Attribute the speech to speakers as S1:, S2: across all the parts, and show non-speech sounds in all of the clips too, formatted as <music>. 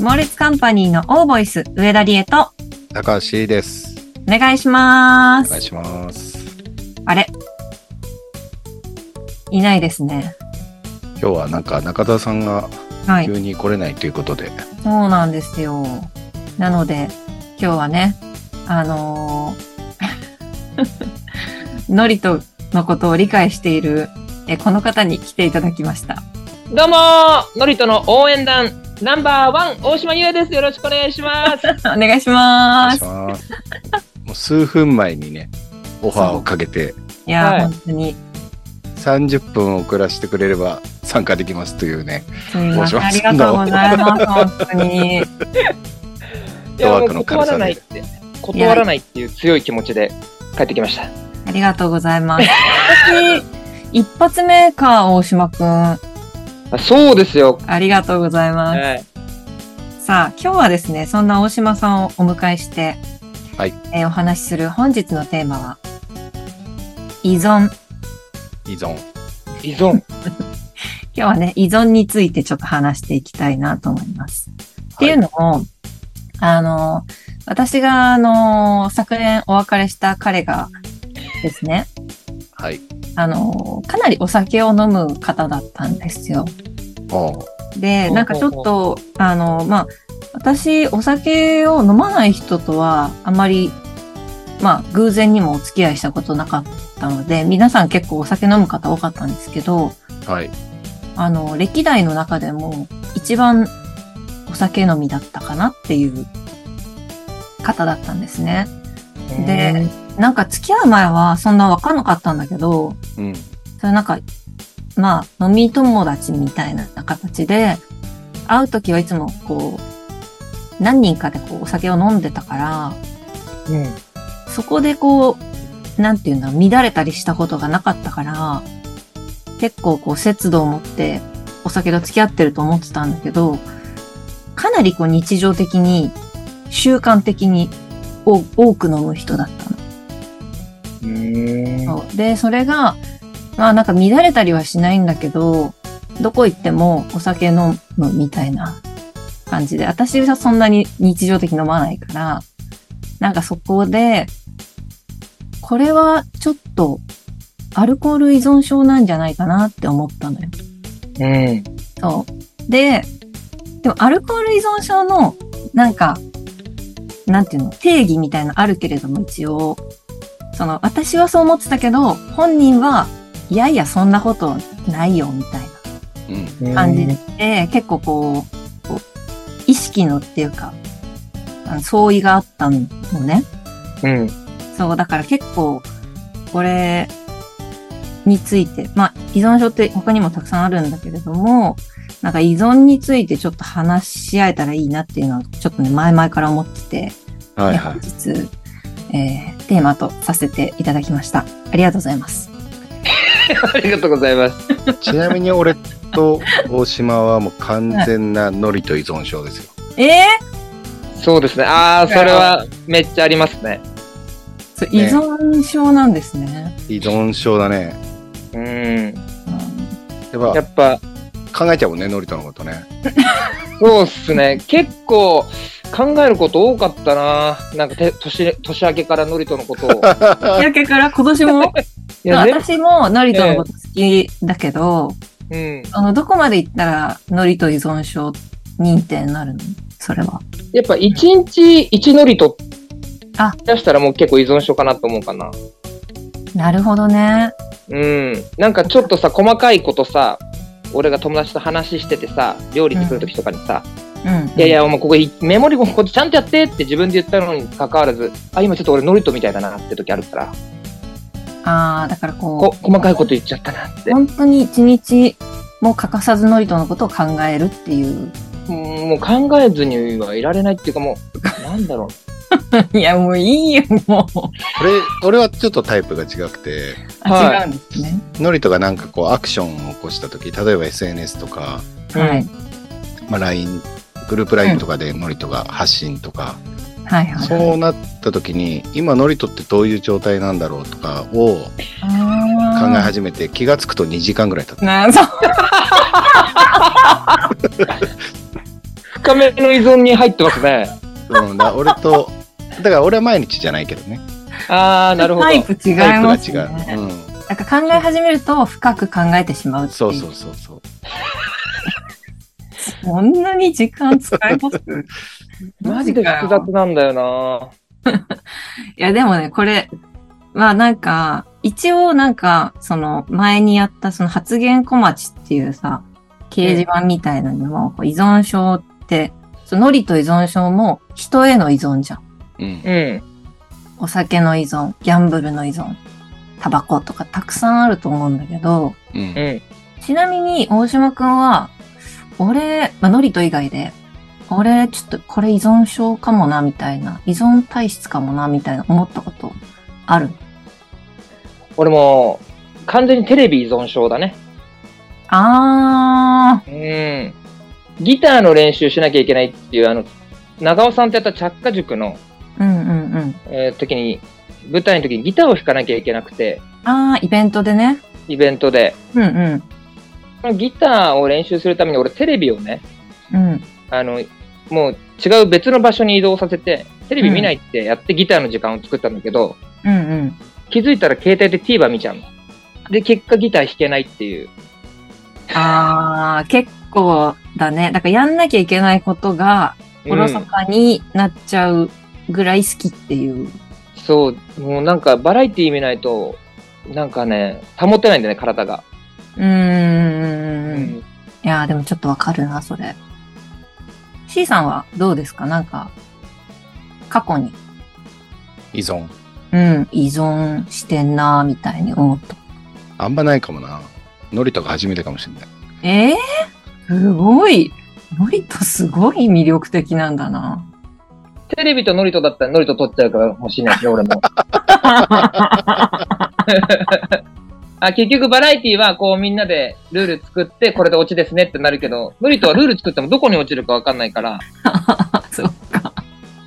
S1: モーレツカンパニーのオーボイス、上田理恵と、
S2: 高橋です。
S1: お願いしま
S2: お願
S1: す。
S2: いします。
S1: あれいないですね。
S2: 今日はなんか中田さんが
S1: はい。
S2: 急に来れないということで、
S1: そうなんですよ。なので、今日はね、あのー <laughs> ノリトのことを理解している、えこの方に来ていただきました。 <laughs>
S3: どうもーのりとの応援団ナンバーワン大島優也ですよろしくお願いします
S2: <laughs>
S1: お願いし
S2: お願
S1: ま
S2: いし
S1: す。
S2: ます。もう数分前にね、オファーをかけて、
S1: いやー、
S3: はい
S1: 本当に、
S2: 30分遅らせてくれれば参加できますというね、
S1: すみません。あ
S2: 申
S1: り
S2: し訳
S1: が
S2: な
S1: と
S2: い
S1: うございます。本当に。
S3: いや
S2: ワー
S3: もう
S2: クの
S3: 断
S2: 軽さ
S3: ら
S2: で
S3: ないって断らないっていう強い気持ちで帰ってきました
S1: ありがとうございます。 <laughs> 私、一発目か、大島くん。あ
S3: あそうですよ、
S1: りがとうございます。
S3: はい、
S1: さあ、今日はですね、そんな大島さんをお迎えして、
S2: はい
S1: えーお話しする本日のテーマは、依存。
S2: 依存。
S3: 依存
S1: 今日はね、依存についてちょっと話していきたいなと思います。っていうのも、あの、私が、あの、昨年お別れした彼がですね、
S2: はい。
S1: あの、かなりお酒を飲む方だったんですよ。
S2: おう
S1: で、
S3: ほう
S1: なんかちょっと、あの、まあ、私、お酒を飲まない人とは、あまり、まあ、偶然にもお付き合いしたことなかったので、皆さん結構お酒飲む方多かったんですけど、
S2: はい。
S1: あの、歴代の中でも、一番お酒飲みだったかなっていう方だったんですね。で、なんか付き合う前はそんなわかんなかったんだけど、
S2: うん。
S1: それなんか、まあ、飲み友達みたいな形で、会うときはいつもこう、何人かでこう、お酒を飲んでたから、
S3: うん
S1: そこでこう、なんていうんだ、乱れたりしたことがなかったから、結構こう、節度を持って、お酒と付き合ってると思ってたんだけど、かなりこう、日常的に、習慣的に、お多く飲む人だったの。
S3: うん
S1: そうで、それが、まあなんか乱れたりはしないんだけど、どこ行ってもお酒飲むみたいな感じで、私はそんなに日常的に飲まないから、なんかそこで、これはちょっとアルコール依存症なんじゃないかなって思ったのよ。
S3: うん
S1: そう。で、でもアルコール依存症の、なんか、なんていうの、定義みたいなのあるけれども、一応、その、私はそう思ってたけど、本人は、いやいや、そんなことないよ、みたい
S2: うん。
S3: うん
S1: な感じで、結構こう、こう意識のっていうか、あの相違があったのね。
S3: うん
S1: そう、だから結構、これについて、まあ、依存症って他にもたくさんあるんだけれども、なんか依存についてちょっと話し合えたらいいなっていうのは、ちょっとね、前々から思ってて、
S2: はいはい
S1: <laughs> 本。日、えーテーマとさせていただきました。ありがとうございます。
S3: ありがとうございます
S2: ちなみに俺と大島はもう完全なノリと依存症ですよ。
S1: ええ
S3: そうですねああそれはめっちゃありますね
S1: そう依存症なんですね。
S2: 依存症だね。
S3: うん
S1: うん
S2: やっ
S3: や
S2: ぱ
S3: っぱ
S2: 考えちゃうもんね、ノリとのことね。
S3: そうっすね。結構考えること多かったな。なんかて年年明けからノリとのことを。
S1: 日焼けから今年も
S3: い
S1: <laughs>
S3: や、ね、
S1: 私もノリとのこと好きだけど、
S3: うん。
S1: あの、どこまで行ったら、ノリと依存症認定になるのそれは。
S3: やっぱ一日一ノリと
S1: あ
S3: 出したらもう結構依存症かなと思うかな。
S1: なるほどね。
S3: うん。なんかちょっとさ、細かいことさ、俺が友達と話しててさ、料理作るときとかにさ、
S1: うん。
S3: いやい。や、お前ここいメモリもここちゃんとやってって自分で言ったのに関わらず、あ、今ちょっと俺ノリとみたいだなって時あるから、
S1: ああ、だからこう。
S3: こ細かいこと言っちゃったなって。
S1: 本当に一日も欠かさずノリとのことを考えるっていう。
S3: うんもう考えずにはいられないっていうかもう、なんだろ
S1: <laughs>
S3: う。
S1: いや、もういいよ、もう。
S2: 俺、俺はちょっとタイプが違くて、
S1: あ、
S3: はい
S1: 違うんですね。
S2: ノリとがなんかこうアクションを起こした時例えば SNS とか、
S3: うん
S1: はい。
S2: まあ、LINE グループ LINE とかでノリとが発信とか、
S1: はいはい。
S2: そうなった時に今ノリとってどういう状態なんだろうとかを考え
S1: あ
S2: 始めて気がつくと2時間ぐらい経っ
S1: ーなそう。
S2: た
S3: カメの依存に入ってますね。
S2: うん、だ俺と、だから俺は毎日じゃないけど
S1: <laughs>
S2: ね。
S3: ああ、なるほど
S1: タ。イプ違い
S2: タイプが
S1: ますね。
S2: 違う。うん。
S1: なんか考え始めると深く考えてしまうっていう。
S2: そ
S1: <laughs>
S2: うそうそうそう。
S1: こんなに時間使います
S3: <laughs> マジで複雑なんだよな。
S1: いや、でもね、これ、まあなんか、一応なんか、その前にやったその発言小町っていうさ、掲示板みたいのにも、こう依存症って、そのノリと依存症も人への依存じゃん。
S2: うん。
S3: うん。
S1: お酒の依存、ギャンブルの依存、タバコとかたくさんあると思うんだけど、
S2: う。
S3: うんん。
S1: ちなみに大島くんは、俺、まあ、ノリと以外で、俺、ちょっとこれ依存症かもな、みたいな、依存体質かもな、みたいな思ったことある
S3: 俺も、完全にテレビ依存症だね。
S1: あ
S3: うん。ギターの練習しなきゃいけないっていう、あの、長尾さんとやった着火塾の、
S1: ー、うんうんうん。
S3: えー時に、舞台の時にギターを弾かなきゃいけなくて、
S1: あー、イベントでね。
S3: イベントで。
S1: うんうん。
S3: そのギターを練習するために俺テレビをね、
S1: うん。
S3: あの、もう違う別の場所に移動させて、テレビ見ないってやってギターの時間を作ったんだけど、
S1: うんうん。
S3: 気づいたら携帯で TVer 見ちゃうの。で、結果ギター弾けないっていう。
S1: あー、結構だね。だからやんなきゃいけないことが、
S3: うん
S1: おろそかになっちゃうぐらい好きっていう。
S3: そう、もうなんかバラエティー見ないと、なんかね、保てないんだよね、体が。
S1: うーん。いやーでもちょっとわかるな、それ。C さんはどうですかなんか、過去に、
S2: 依存。
S1: うん、依存してんなーみたいに思った。
S2: あんまないかもな。ノリとか初めてかもしれない。
S1: えー、すごい。ノリとすごい魅力的なんだな。
S3: テレビとノリとだったらノリと撮っちゃうかもしれないしね、俺も。あ結局バラエティーはこうみんなでルール作ってこれでオチですねってなるけど、ノリとはルール作ってもどこに落ちるかわかんないから、
S1: そうか。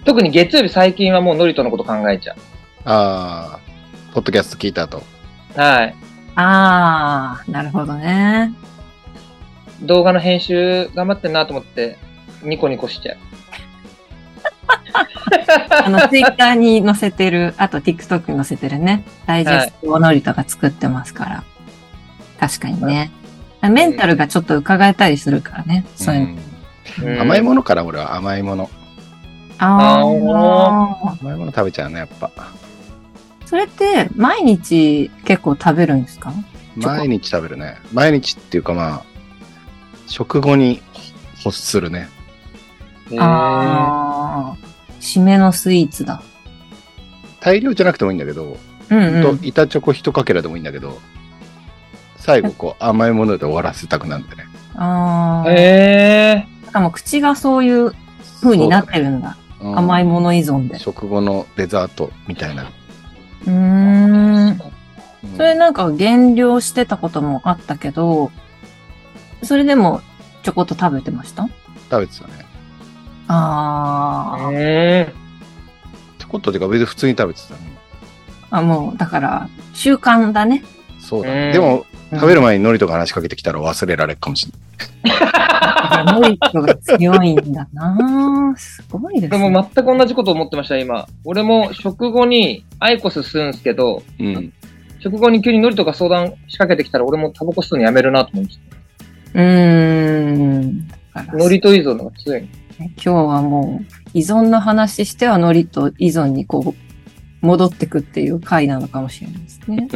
S3: 特に月曜日最近はもうノリとのこと考えちゃ
S2: ああ、ポッドキャスト聞いた後。
S3: う。はい。
S1: あー、なるほどね。
S3: 動画の編集頑張ってんなと思って、ニコニコしちゃう。
S1: あ <laughs> の、ツイッターに載せてる、あと TikTok に載せてるね、ダイジェストをノリとか作ってますから。確かにね。メンタルがちょっと伺えたりするからね。そういうの
S2: う
S3: うんん
S2: 甘いものから俺は甘いもの。
S1: ああ
S3: あ。
S2: 甘いもの食べちゃうね、やっぱ。
S1: それって、毎日結構食べるんですかョコ
S2: 毎日食べるね。毎日っていうかまあ、食後に欲するね。
S1: ああ。締めのスイーツだ。
S2: 大量じゃなくてもいいんだけど、
S1: うんう
S2: と
S1: ん。
S2: 板チョコ一かけらでもいいんだけど、最後こう甘いもので終わらせたくなるんでね。
S1: ああ。
S3: へえ
S1: しかも口がそういう風になってるんだ。
S2: うん
S1: 甘いもの依存で。
S2: 食後のデザートみたいな。
S1: うーん。
S2: うん
S1: それなんか減量してたこともあったけど、それでもちょこっと食べてました
S2: 食べてたね。
S1: ああ。
S3: ー。
S2: ちょこっとでか別に普通に食べてたね。
S1: あ、もう、だから、習慣だね。
S2: そうだ、
S3: う
S2: ね。
S3: ん
S2: でも、食べる前に海苔とか話しかけてきたら忘れられるかもしれない。
S1: ノリットが強いんだなぁすごいです
S3: で
S1: ね。
S3: も全く同じこと思ってました、今。俺も食後にアイコス吸うんすけど、
S2: うん。
S3: 食後に急にノリとか相談仕掛けてきたら、俺もタバコ吸うのやめるなと思って。
S1: うーん。だから
S3: ノリと依存の方が強い。
S1: 今日はもう、依存の話してはノリと依存にこう、戻ってくっていう回なのかもしれないですね。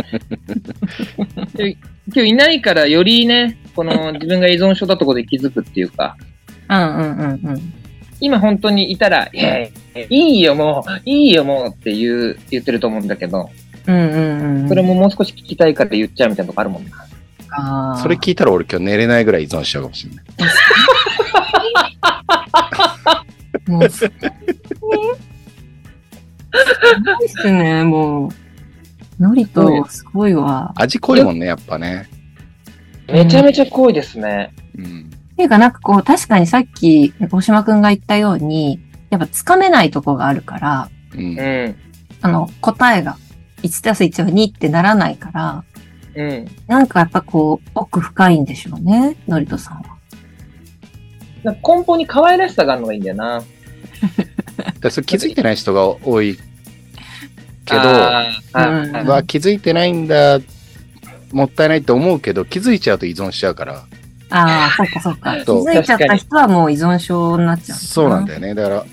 S3: 今日いないからよりね、こ <laughs> の自分が依存症だとこで気づくっていうか、
S1: うんうんうんうん。
S3: 今本当にいたら、いやいやいいよもう、いいよもうって言う、言ってると思うんだけど、
S1: うんうんうん。
S3: それももう少し聞きたいから言っちゃうみたいなとこあるもんな。
S1: あー
S2: それ聞いたら俺今日寝れないぐらい依存しちゃうかもしれない。
S1: も
S2: <laughs>
S1: う、すごいですね、もう。ノリとすごいわ。
S2: 味濃いもんね、やっぱね。
S3: めちゃめちゃ濃いですね。
S2: うん。
S1: っていうかなんかこう、確かにさっき、大島くんが言ったように、やっぱつかめないとこがあるから、
S2: うん
S3: う。ん。
S1: あの、答えが1たす1は2ってならないから、
S3: うん。
S1: なんかやっぱこう、奥深いんでしょうね、ノリトさんは。
S3: なんか根本に可愛らしさがあるのがいいんだよな。
S2: だからそれ気づいてない人が多いけど、
S3: あーはい
S1: うん
S3: はい
S2: は気づいてないんだ、もったいないと思うけど、気づいちゃうと依存しちゃうから、
S1: ああ、そっかそっか。気
S2: そう
S1: づいちゃった人はもう依存症になっちゃう。
S2: そうなんだよね。だから、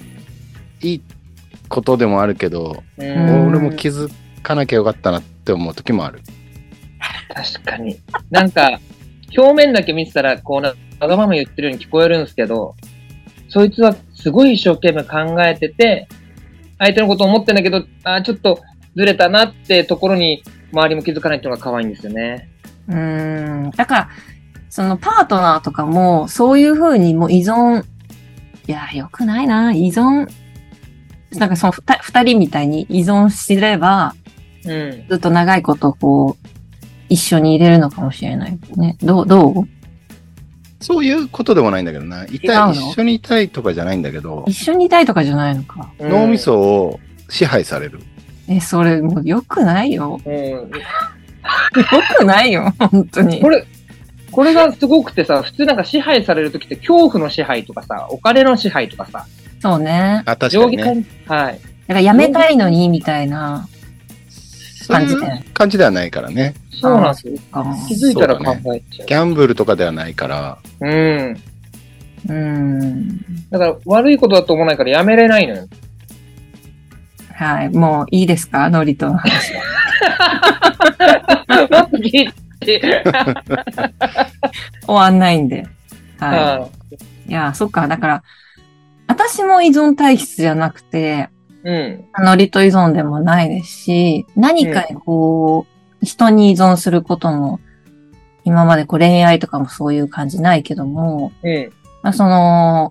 S2: いいことでもあるけど、
S3: うん
S2: 俺も気づかなきゃよかったなって思う時もある。
S3: 確かに。なんか、表面だけ見てたら、こうな、わがまま言ってるように聞こえるんですけど、そいつはすごい一生懸命考えてて、相手のこと思ってんだけど、あーちょっとずれたなってところに、周りも気づかないっていうのが可愛いんですよね。
S1: うーん。だから、そのパートナーとかも、そういうふうにもう依存、いや、良くないな、依存、なんかそのふた二人みたいに依存すれば、
S3: うん。
S1: ずっと長いことこう、一緒にいれるのかもしれないね。どう、どう
S2: そういうことでもないんだけどな。い
S1: 違
S2: た
S1: うの
S2: い、一緒にいたいとかじゃないんだけど
S1: 一、緒にいたいとかじゃないのか。
S2: 脳みそを支配される。
S1: え、それもう良くないよ。
S3: うん。うん。
S1: 良くないよ、本当に
S3: こ。れ、これがすごくてさ、普通なんか支配されるときって恐怖の支配とかさ、お金の支配とかさ、
S1: そうね。
S2: あ、確か
S3: 上
S2: に
S3: 下
S2: ね。
S3: 関はい。
S1: だからやめたいのに、みたいな
S2: そう
S1: 感
S2: い
S1: じ
S2: う
S1: で。
S2: 感じではないからね。
S3: そうなんですよ。
S1: かも
S3: 気づいたら考えちゃ
S2: ギャンブルとかではないから、
S3: う。うん。
S1: うーん。
S3: だから悪いことだと思わないからやめれない
S1: <laughs>
S3: のよ。
S1: はい。もういいですかノリと。
S3: マジで。
S1: 終わんないんで。は。
S3: はい
S1: いや、そっか。だから、私も依存体質じゃなくて、
S3: いうん。
S1: ノリと依存でもないですし、何かにこう、人に依存することも、今までこう恋愛とかもそういう感じないけども、
S3: うん。
S1: まあその、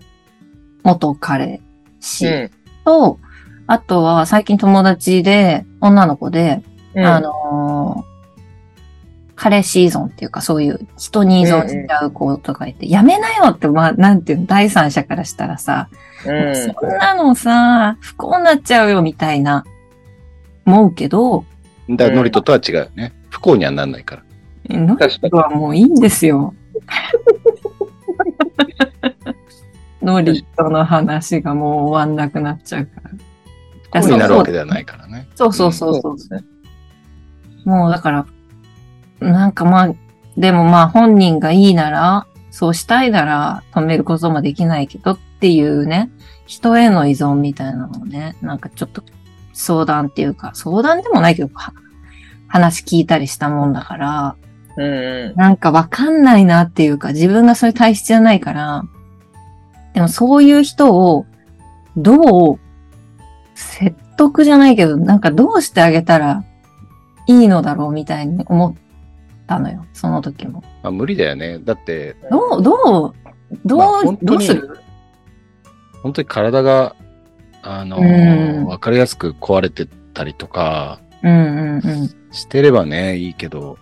S1: 元彼氏
S3: うん。
S1: と、あとは最近友達で、女の子で、
S3: うん。
S1: あのー彼氏依存っていうか、そういう人に依存しちゃう子とかいて、やめなよって、まあ、なんていうの、第三者からしたらさ、
S3: うん。
S1: そんなのさ、不幸になっちゃうよみたいな、思うけど、
S2: だから
S3: うん
S2: ノリトとは違うよね。不幸にはなんないから。
S1: ノリ
S3: 確か
S1: とはもういいんです
S2: <laughs>
S1: よ。ノリとの話がもう終わんなくなっちゃうから。
S2: 不幸になるわけではないからね。
S1: そうそうそうそう。
S3: ですね。
S1: もうだから、なんかまあ、でもまあ本人がいいなら、そうしたいなら止めることもできないけどっていうね、人への依存みたいなのをね、なんかちょっと相談っていうか、相談でもないけど、は話聞いたりしたもんだから、
S3: うんう
S1: なんかわかんないなっていうか、自分がそういう体質じゃないから、でもそういう人を、どう、説得じゃないけど、なんかどうしてあげたらいいのだろうみたいに思ったのよ、その時も。
S2: まあ無理だよね。だって、
S3: ん。
S1: どう、どう、どう、
S2: まあ本当
S1: ど
S2: に
S1: うする
S2: 本当に体が、あの
S1: うん
S2: ー、わかりやすく壊れてたりとか
S1: うんうんうん。
S2: してればね、いいけど、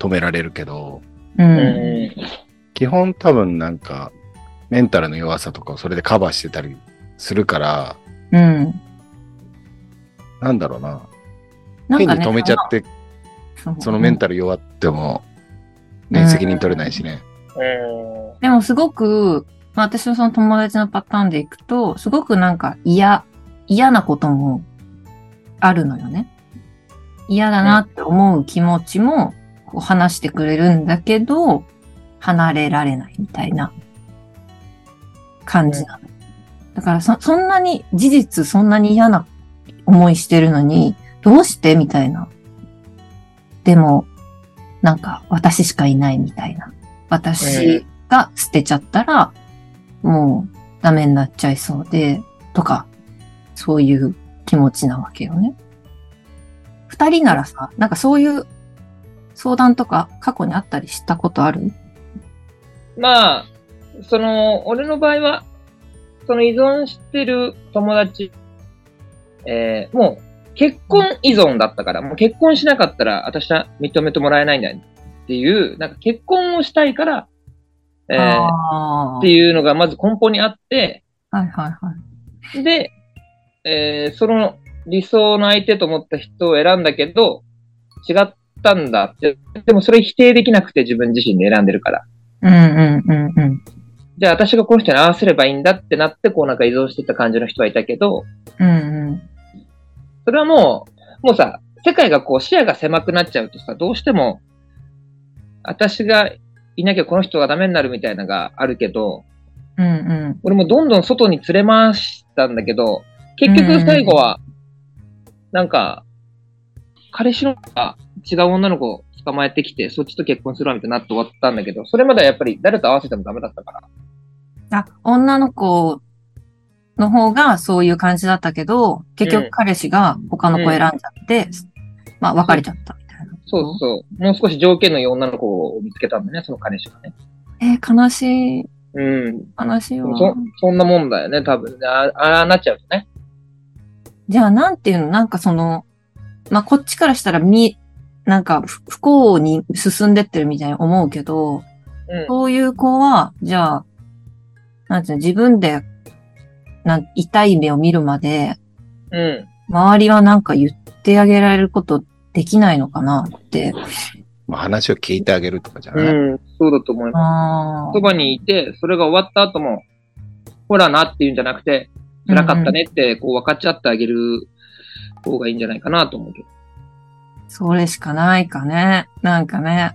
S2: 止められるけど、
S1: う
S3: うん
S1: ん。
S3: う
S2: 基本多分なんか、メンタルの弱さとかをそれでカバーしてたりするから、
S1: うん。
S2: なんだろうな。
S1: な
S2: 変に止めちゃって、
S1: そう
S2: そのメンタル弱っても、
S1: う
S2: ね、
S1: ん
S2: 責任取れないしね。
S3: ん。
S1: でもすごく、まあ私のその友達のパターンでいくと、すごくなんか嫌、嫌なこともあるのよね。嫌だなって思う気持ちもこう話してくれるんだけど、離れられないみたいな感じなの。だからそ、そんなに、事実そんなに嫌な思いしてるのに、どうしてみたいな。でも、なんか私しかいないみたいな。私、が捨てちゃったら、もうダメになっちゃいそうで、とか、そういう気持ちなわけよね。二人ならさ、なんかそういう相談とか過去にあったりしたことある
S3: まあ、その、俺の場合は、その依存してる友達、えー、もう結婚依存だったから、もう結婚しなかったら私は認めてもらえないんだっていう、なんか結婚をしたいから、えー、
S1: ああ。
S3: っ
S1: は
S3: て
S1: い
S3: いうのがまず根本にあって、
S1: はいはい。
S3: で、えーその理想の相手と思った人を選んだけど、違ったんだって。でもそれ否定できなくて自分自身で選んでるから。
S1: うんうんうんうん。
S3: じゃあ私がこの人に合わせればいいんだってなって、こうなんか依存してった感じの人はいたけど、
S1: うんうん。
S3: それはもう、もうさ、世界がこう視野が狭くなっちゃうとさ、どうしても、私がいなきゃこの人がダメになるみたいなのがあるけど、
S1: うんうん。
S3: 俺もどんどん外に連れ回したんだけど、結局最後は、なんか、彼氏のが違う女の子を捕まえてきて、そっちと結婚するわみたいになって終わったんだけど、それまではやっぱり誰と合わせてもダメだったから。
S1: あ、女の子の方がそういう感じだったけど、結
S3: うん
S1: 局彼氏が他の子選んじゃって、まあ別れちゃったみたいな。
S3: そうそう。もう少し条件のいい女の子を見つけたんだね、その彼氏がね。
S1: えー悲しい、
S3: うん。
S1: 悲しいわ。
S3: そ、そんなもんだよね、多分ね。あああ、なっちゃうとね。
S1: じゃあ、なんていうのなんかその、まあ、こっちからしたらみ、なんか不不幸に進んでってるみたいに思うけど、
S3: うん。
S1: そういう子は、じゃあ、なんていうの自分で、なん痛い目を見るまで、
S3: うん。
S1: 周りはなんか言ってあげられることできないのかなって。
S2: まあ、話を聞いてあげるとかじゃない、
S3: うん。そうだと思い
S1: あ
S3: ます。そ
S1: ー
S3: ばにいて、それが終わった後も、ほらなっていうんじゃなくて、辛かったねって、こう分かっちゃってあげる方がいいんじゃないかなと思うけど。
S1: それしかないかね。なんかね。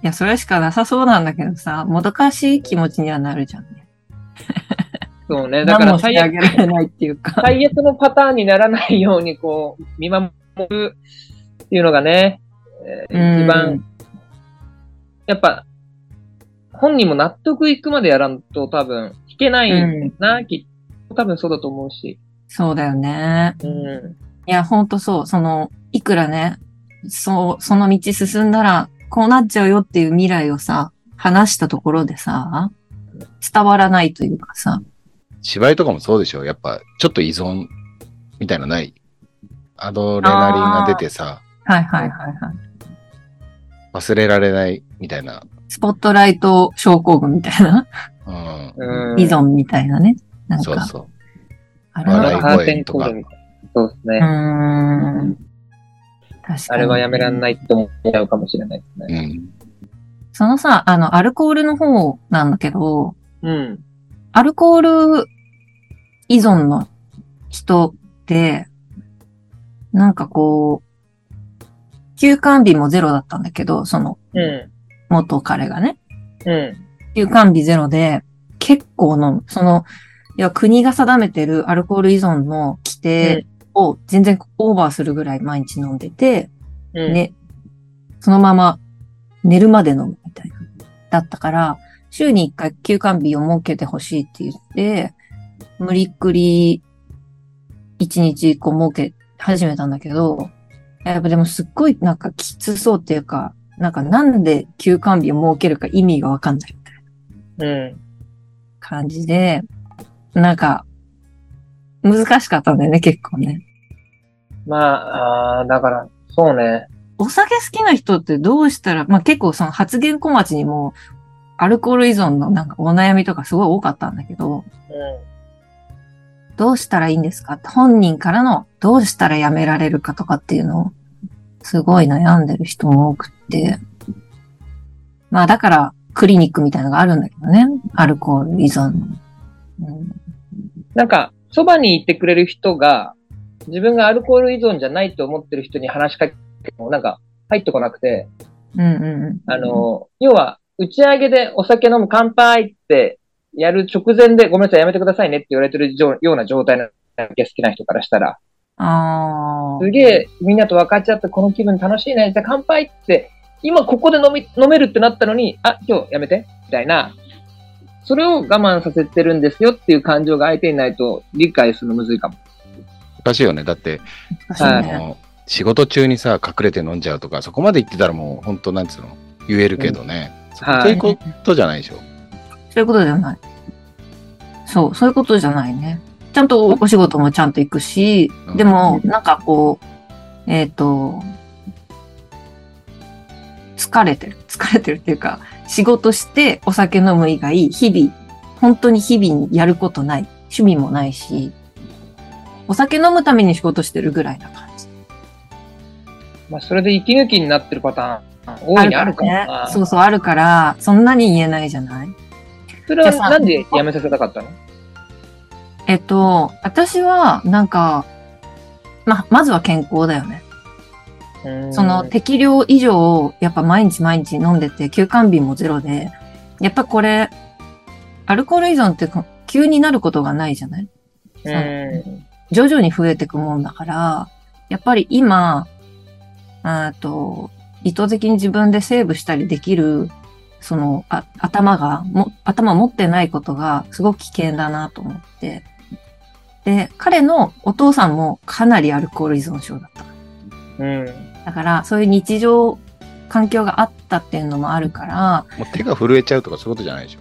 S1: いや、それしかなさそうなんだけどさ、もどかしい気持ちにはなるじゃんね。
S3: そうね。だか
S1: 何
S3: ら
S1: もし
S3: 最
S1: てあ
S3: 悪、
S1: げられないっていうか。
S3: 最悪のパターンにならないように、こう、見守るっていうのがね、えー一番、やっぱ、本人も納得いくまでやらんと多分、弾けな
S1: う
S3: い
S1: ん、うん。
S3: な、きっと多分そうだと思うし。
S1: そうだよね。
S3: うん。
S1: いや、ほんとそう。その、いくらね、そう、その道進んだら、こうなっちゃうよっていう未来をさ、話したところでさ、伝わらないというかさ。
S2: 芝居とかもそうでしょやっぱ、ちょっと依存みたいなのないアドレナリンが出てさ、
S1: はいはいはいはい。
S2: 忘れられないみたいな。
S1: スポットライト症候群みたいな、
S2: うん。
S3: うん。
S1: 依存みたいなね。なん
S2: そう
S1: か、
S2: そう。
S1: ある
S3: あ
S1: の
S3: の
S2: 笑い
S1: か
S3: カーテンコールみたいな。そうですね。
S1: な。うーん。確か
S3: あ
S1: に。
S3: れはやめらんないって思っちゃうかもしれないですね。
S2: うん。
S1: そのさ、あの、アルコールの方なんだけど、
S3: うん。
S1: アルコール依存の人って、なんかこう、休館日もゼロだったんだけど、その
S3: う
S1: 元彼がね、
S3: ん。うん。
S1: 休館日ゼロで結構飲む。その、要は国が定めてるアルコール依存の規定を全然オーバーするぐらい毎日飲んでて、
S3: うん。
S1: ね、そのまま寝るまで飲むみたいな、だったから、週に1回休館日を設けてほしいって言って、無理っくり1日1個設け始めたんだけど、やっぱでもすっごいなんかきつそうっていうか、なんかなんで休館日を設けるか意味がわかんないみたいな
S3: うん。
S1: 感じで、なんか難しかったんだよね、結構ね。
S3: まあ、あーだから、そうね。
S1: お酒好きな人ってどうしたら、まあ、結構その発言小町にも、アルコール依存のなんかお悩みとかすごい多かったんだけど、どうしたらいいんですかって本人からのどうしたらやめられるかとかっていうのを、すごい悩んでる人も多くって。まあだから、クリニックみたいなのがあるんだけどね。アルコール依存の。うん、
S3: うん。なんか、そばにいてくれる人が、自分がアルコール依存じゃないと思ってる人に話しかけても、なんか、入ってこなくて、
S1: うん、うん
S3: あの、要は、打ち上げでお酒飲む乾杯ってやる直前で、ごめんなさい、やめてくださいねって言われてる状ような状態の酒好きな人からしたら、
S1: うん。ああ
S3: す。げえみんなと分かち合ってこの気分楽しいね。じゃあ乾杯って、今ここで飲み、飲めるってなったのに、あ、今日やめて、みたいな。それを我慢させてるんですよっていう感情が相手にないと理解するのむずいかも。
S2: おかしいよね。だって、
S1: 難しい
S3: は
S2: あ
S3: い
S1: ね。
S2: の、仕事中にさ、隠れて飲んじゃうとか、そこまで言ってたらもう、本当なんつうの、言えるけどね。
S3: はい
S2: そういうことじゃないでしょ。
S1: そういうことじゃない。そう、そういうことじゃないね。ちゃんとお仕事もちゃんと行くし、
S2: うん
S1: でも、なんかこう、えっ、と、疲れてる。疲れてるっていうか、仕事してお酒飲む以外、日々、本当に日々にやることない。趣味もないし、お酒飲むために仕事してるぐらいな感じ。
S3: まあ、それで息抜きになってるパターン、大いにあるか
S1: ね
S3: らな。
S1: そうそう、あるから、そんなに言えないじゃない
S3: それは
S1: じゃあさ
S3: なんでやめさせたかったの
S1: えっと、私は、なんか、ま、まずは健康だよね。その適量以上、やっぱ毎日毎日飲んでて、休館日もゼロで、やっぱこれ、アルコール依存ってこ急になることがないじゃない
S3: うんうん
S1: 徐々に増えてくもんだから、やっぱり今、あーと、意図的に自分でセーブしたりできる、その、あ頭がも、頭持ってないことがすごく危険だなと思って。で、彼のお父さんもかなりアルコール依存症だった。
S3: うん
S1: だから、そういう日常、環境があったっていうのもあるから、
S2: もう手が震えちゃうとかそういうことじゃないでしょ。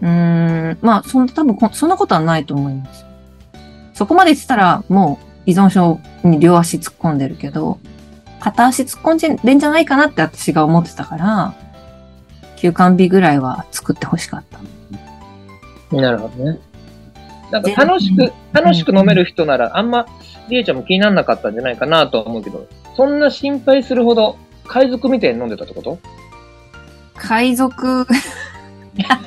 S1: うーん、まあ、その、多分こ、そんなことはないと思います。そこまでしたら、もう、依存症に両足突っ込んでるけど、片足突っ込んでんじゃないかなって私が思ってたから、休館日ぐらいは作ってほしかった。
S3: なるほどね。なんか楽しく、楽しく飲める人なら、あんま、りえちゃんも気にならなかったんじゃないかなとは思うけど、そんな心配するほど、海賊みたいに飲んでたってこと
S1: 海賊、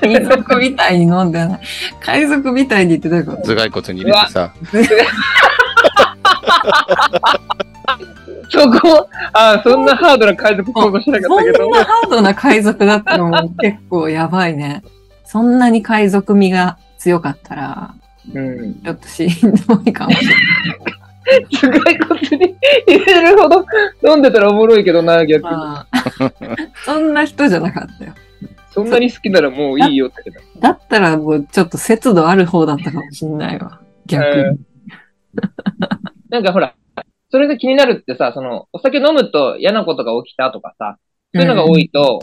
S1: 海賊みたいに飲んでない。海賊みたいにってどういうこと
S2: 頭蓋骨に入れてさ、
S3: そこ、ああ、そんなハードな海賊想像しなか
S1: そ
S3: ったけど
S1: ん。なハードな海賊だったのも結構やばいね。そんなに海賊味が強かったら、
S3: うん。
S1: ちょっとしんどいかもしれない。
S3: すごいことに入れるほど飲んでたらおもろいけどな、逆に。
S1: まあそんな人じゃなかったよ。
S3: そんなに好きならもういいよって言ってた。
S1: だったらもうちょっと節度ある方だったかもしんないわ。逆に。
S3: なんかほら、それが気になるってさ、その、お酒飲むと嫌なことが起きたとかさ、そういうのが多
S1: い。
S3: いと、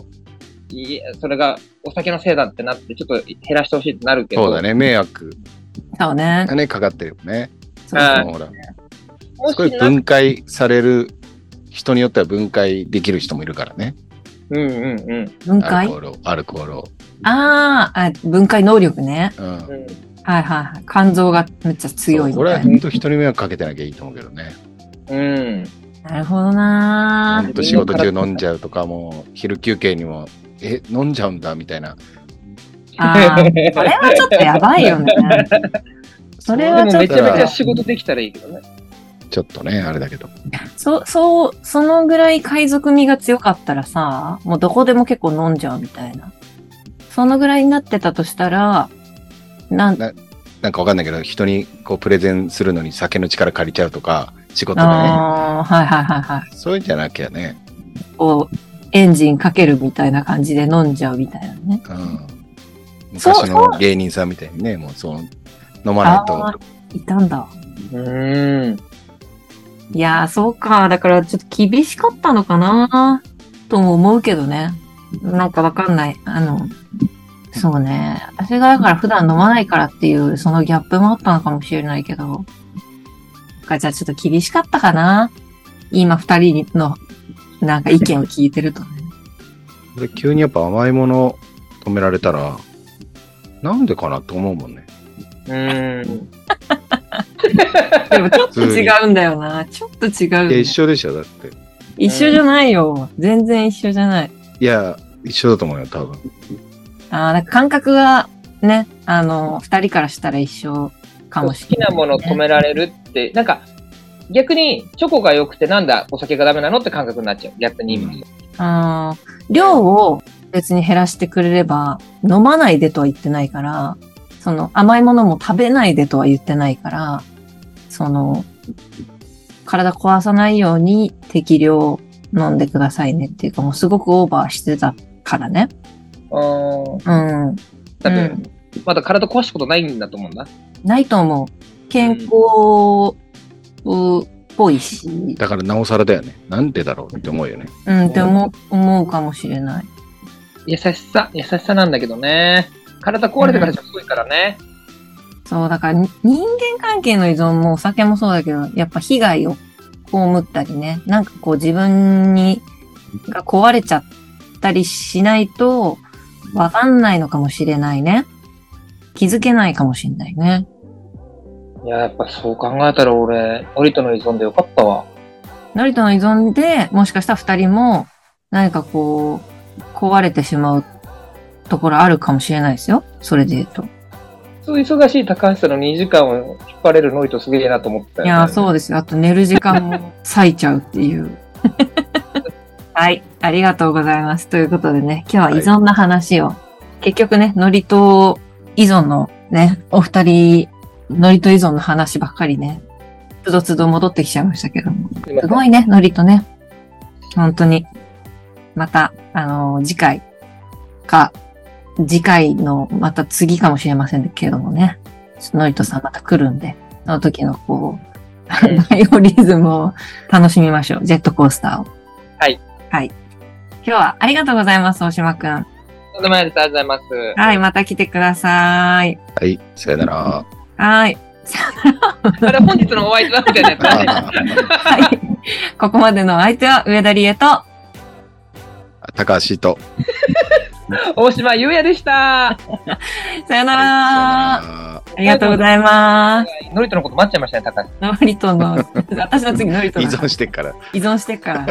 S3: いやそれがお酒のせいだってなって、ちょっと減らしてほしいってなるけど、
S2: そうだね、迷惑
S1: そうね
S2: が。ね、かかってるよね。
S1: そう
S3: はい
S2: もうほら、
S3: も
S2: すごい
S3: しな、うん
S2: 分解される、人によっては分解できる人もいるからね。
S3: うんうん。
S1: 分
S2: アルコ
S1: 解
S2: ールを、アルコールを。
S1: あーあ、分解能力ね。
S2: うん
S3: うん
S1: はいはいはい。肝臓がめっちゃ強い
S2: そうこ
S1: み
S2: れ
S1: た
S2: はい
S1: な。
S2: 本当人に迷惑かけてなきゃいいと思うけどね。
S3: うん。
S1: なるほどな
S2: ほ
S1: ー
S2: んと仕事中飲んじゃうとか、もう昼休憩にも、え、飲んじゃうんだみたいな。
S1: あーそれはちょっとやばいよね。それは
S3: で
S1: ち
S3: も
S1: ょっ
S3: め
S1: と
S3: ちゃめちゃ仕事できたらいいけどね。
S2: ちょっとね、あれだけど。
S1: そ、そう、そのぐらい海賊味が強かったらさ、もうどこでも結構飲んじゃうみたいな。そのぐらいになってたとしたら、なん、
S2: ななんかわかんないけど、人にこうプレゼンするのに酒の力借りちゃうとか、仕事でね。
S1: ああ、はいはいはいはい。
S2: そういうんじゃなきゃね。
S1: こう、エンジンかけるみたいな感じで飲んじゃうみたいなね。
S2: うん。
S1: そう
S2: 昔の芸人さんみたいにね、もうそう、飲まないと。
S1: いたんだ。
S3: うん。
S1: いやー、そうか。だからちょっと厳しかったのかなとも思うけどね。なんかわかんない。あの、そうね。私がだから普段飲まないからっていう、そのギャップもあったのかもしれないけど。かじゃあちょっと厳しかったかな今二人の、なんか意見を聞いてるとね。
S2: で急にやっぱ甘いもの止められたら、なんでかなと思うもんね。
S3: うん。
S1: でもちょっと違うんだよな。ちょっと違うよ
S2: いや、
S1: ね、
S2: 一緒でしょ、だって。
S1: 一緒じゃないよ。全然一緒じゃない。
S2: いや、一緒だと思うよ、多分。
S1: ああ、なんか感覚がね、あの、二人からしたら一緒かも
S3: 好
S1: し
S3: き
S1: れない、
S3: なものを止められるって、なんか、逆にチョコが良くてなんだお酒がダメなのって感覚になっちゃう。逆に今。
S1: あー量を別に減らしてくれれば、飲まないでとは言ってないから、その甘いものも食べないでとは言ってないから、その、体壊さないように適量飲んでくださいねっていうか、もうすごくオーバーしてたからね。
S3: うん。
S1: うん。
S3: 多分、
S1: うん
S3: まだ体壊したことないんだと思うんだ。
S1: ないと思う。健康っぽいし。
S2: だからなおさらだよね。なんでだろうって思うよね。
S1: うん、って思う思うかもしれない。
S3: 優しさ、優しさなんだけどね。体壊れてからじゃ遅いからね。
S1: そう、だからに人間関係の依存もお酒もそうだけど、やっぱ被害を被ったりね、なんかこう自分に、が壊れちゃったりしないと、わかんないのかもしれないね。気づけないかもしれないね。
S3: いや、やっぱそう考えたら俺、ノリとの依存でよかったわ。
S1: ノリとの依存で、もしかしたら二人も、何かこう、壊れてしまうところあるかもしれないですよ。それで言うと。
S3: そう忙しい高橋さんの2時間を引っ張れるノイトすげえなと思ったよ、
S1: い
S3: ね。
S1: やー、そうですよ。あと寝る時間も割いちゃうって <laughs> いう。はい。ありがとうございます。ということでね、今日は依存の話を。結局ね、ノリと依存のね、お二人、ノリと依存の話ばっかりね、つどつど戻ってきちゃいましたけども。
S3: すいますせん
S1: ごいね、ノリとね。本当に。また、あのー次回か、次回の、また次かもしれませんけれどもね。ちょっとノリとさんまた来るんで、その時のこう、バイオリズムを楽しみましょう。ジェットコースターを。
S3: はい。
S1: はい。今日はありがとうございます、大島くん。
S3: とんでもないです。ありがとうございます。
S1: はい、また来てください。
S2: はい、さよなら。
S1: はい。 <laughs>
S3: それ本日のお相手はみたいなやつだね。
S1: はい。ここまでのお相手は上田理恵と、
S2: <laughs> 高橋と。
S3: 大島優也でした。
S1: さよなら。
S2: はいさよなら
S1: ありがとうございます。
S3: ノリトのこと待っちゃいましたね、高橋さん。
S1: ノリトの、私の次ノリト
S2: 依
S1: の
S2: 存してっから。
S1: 依存してっから。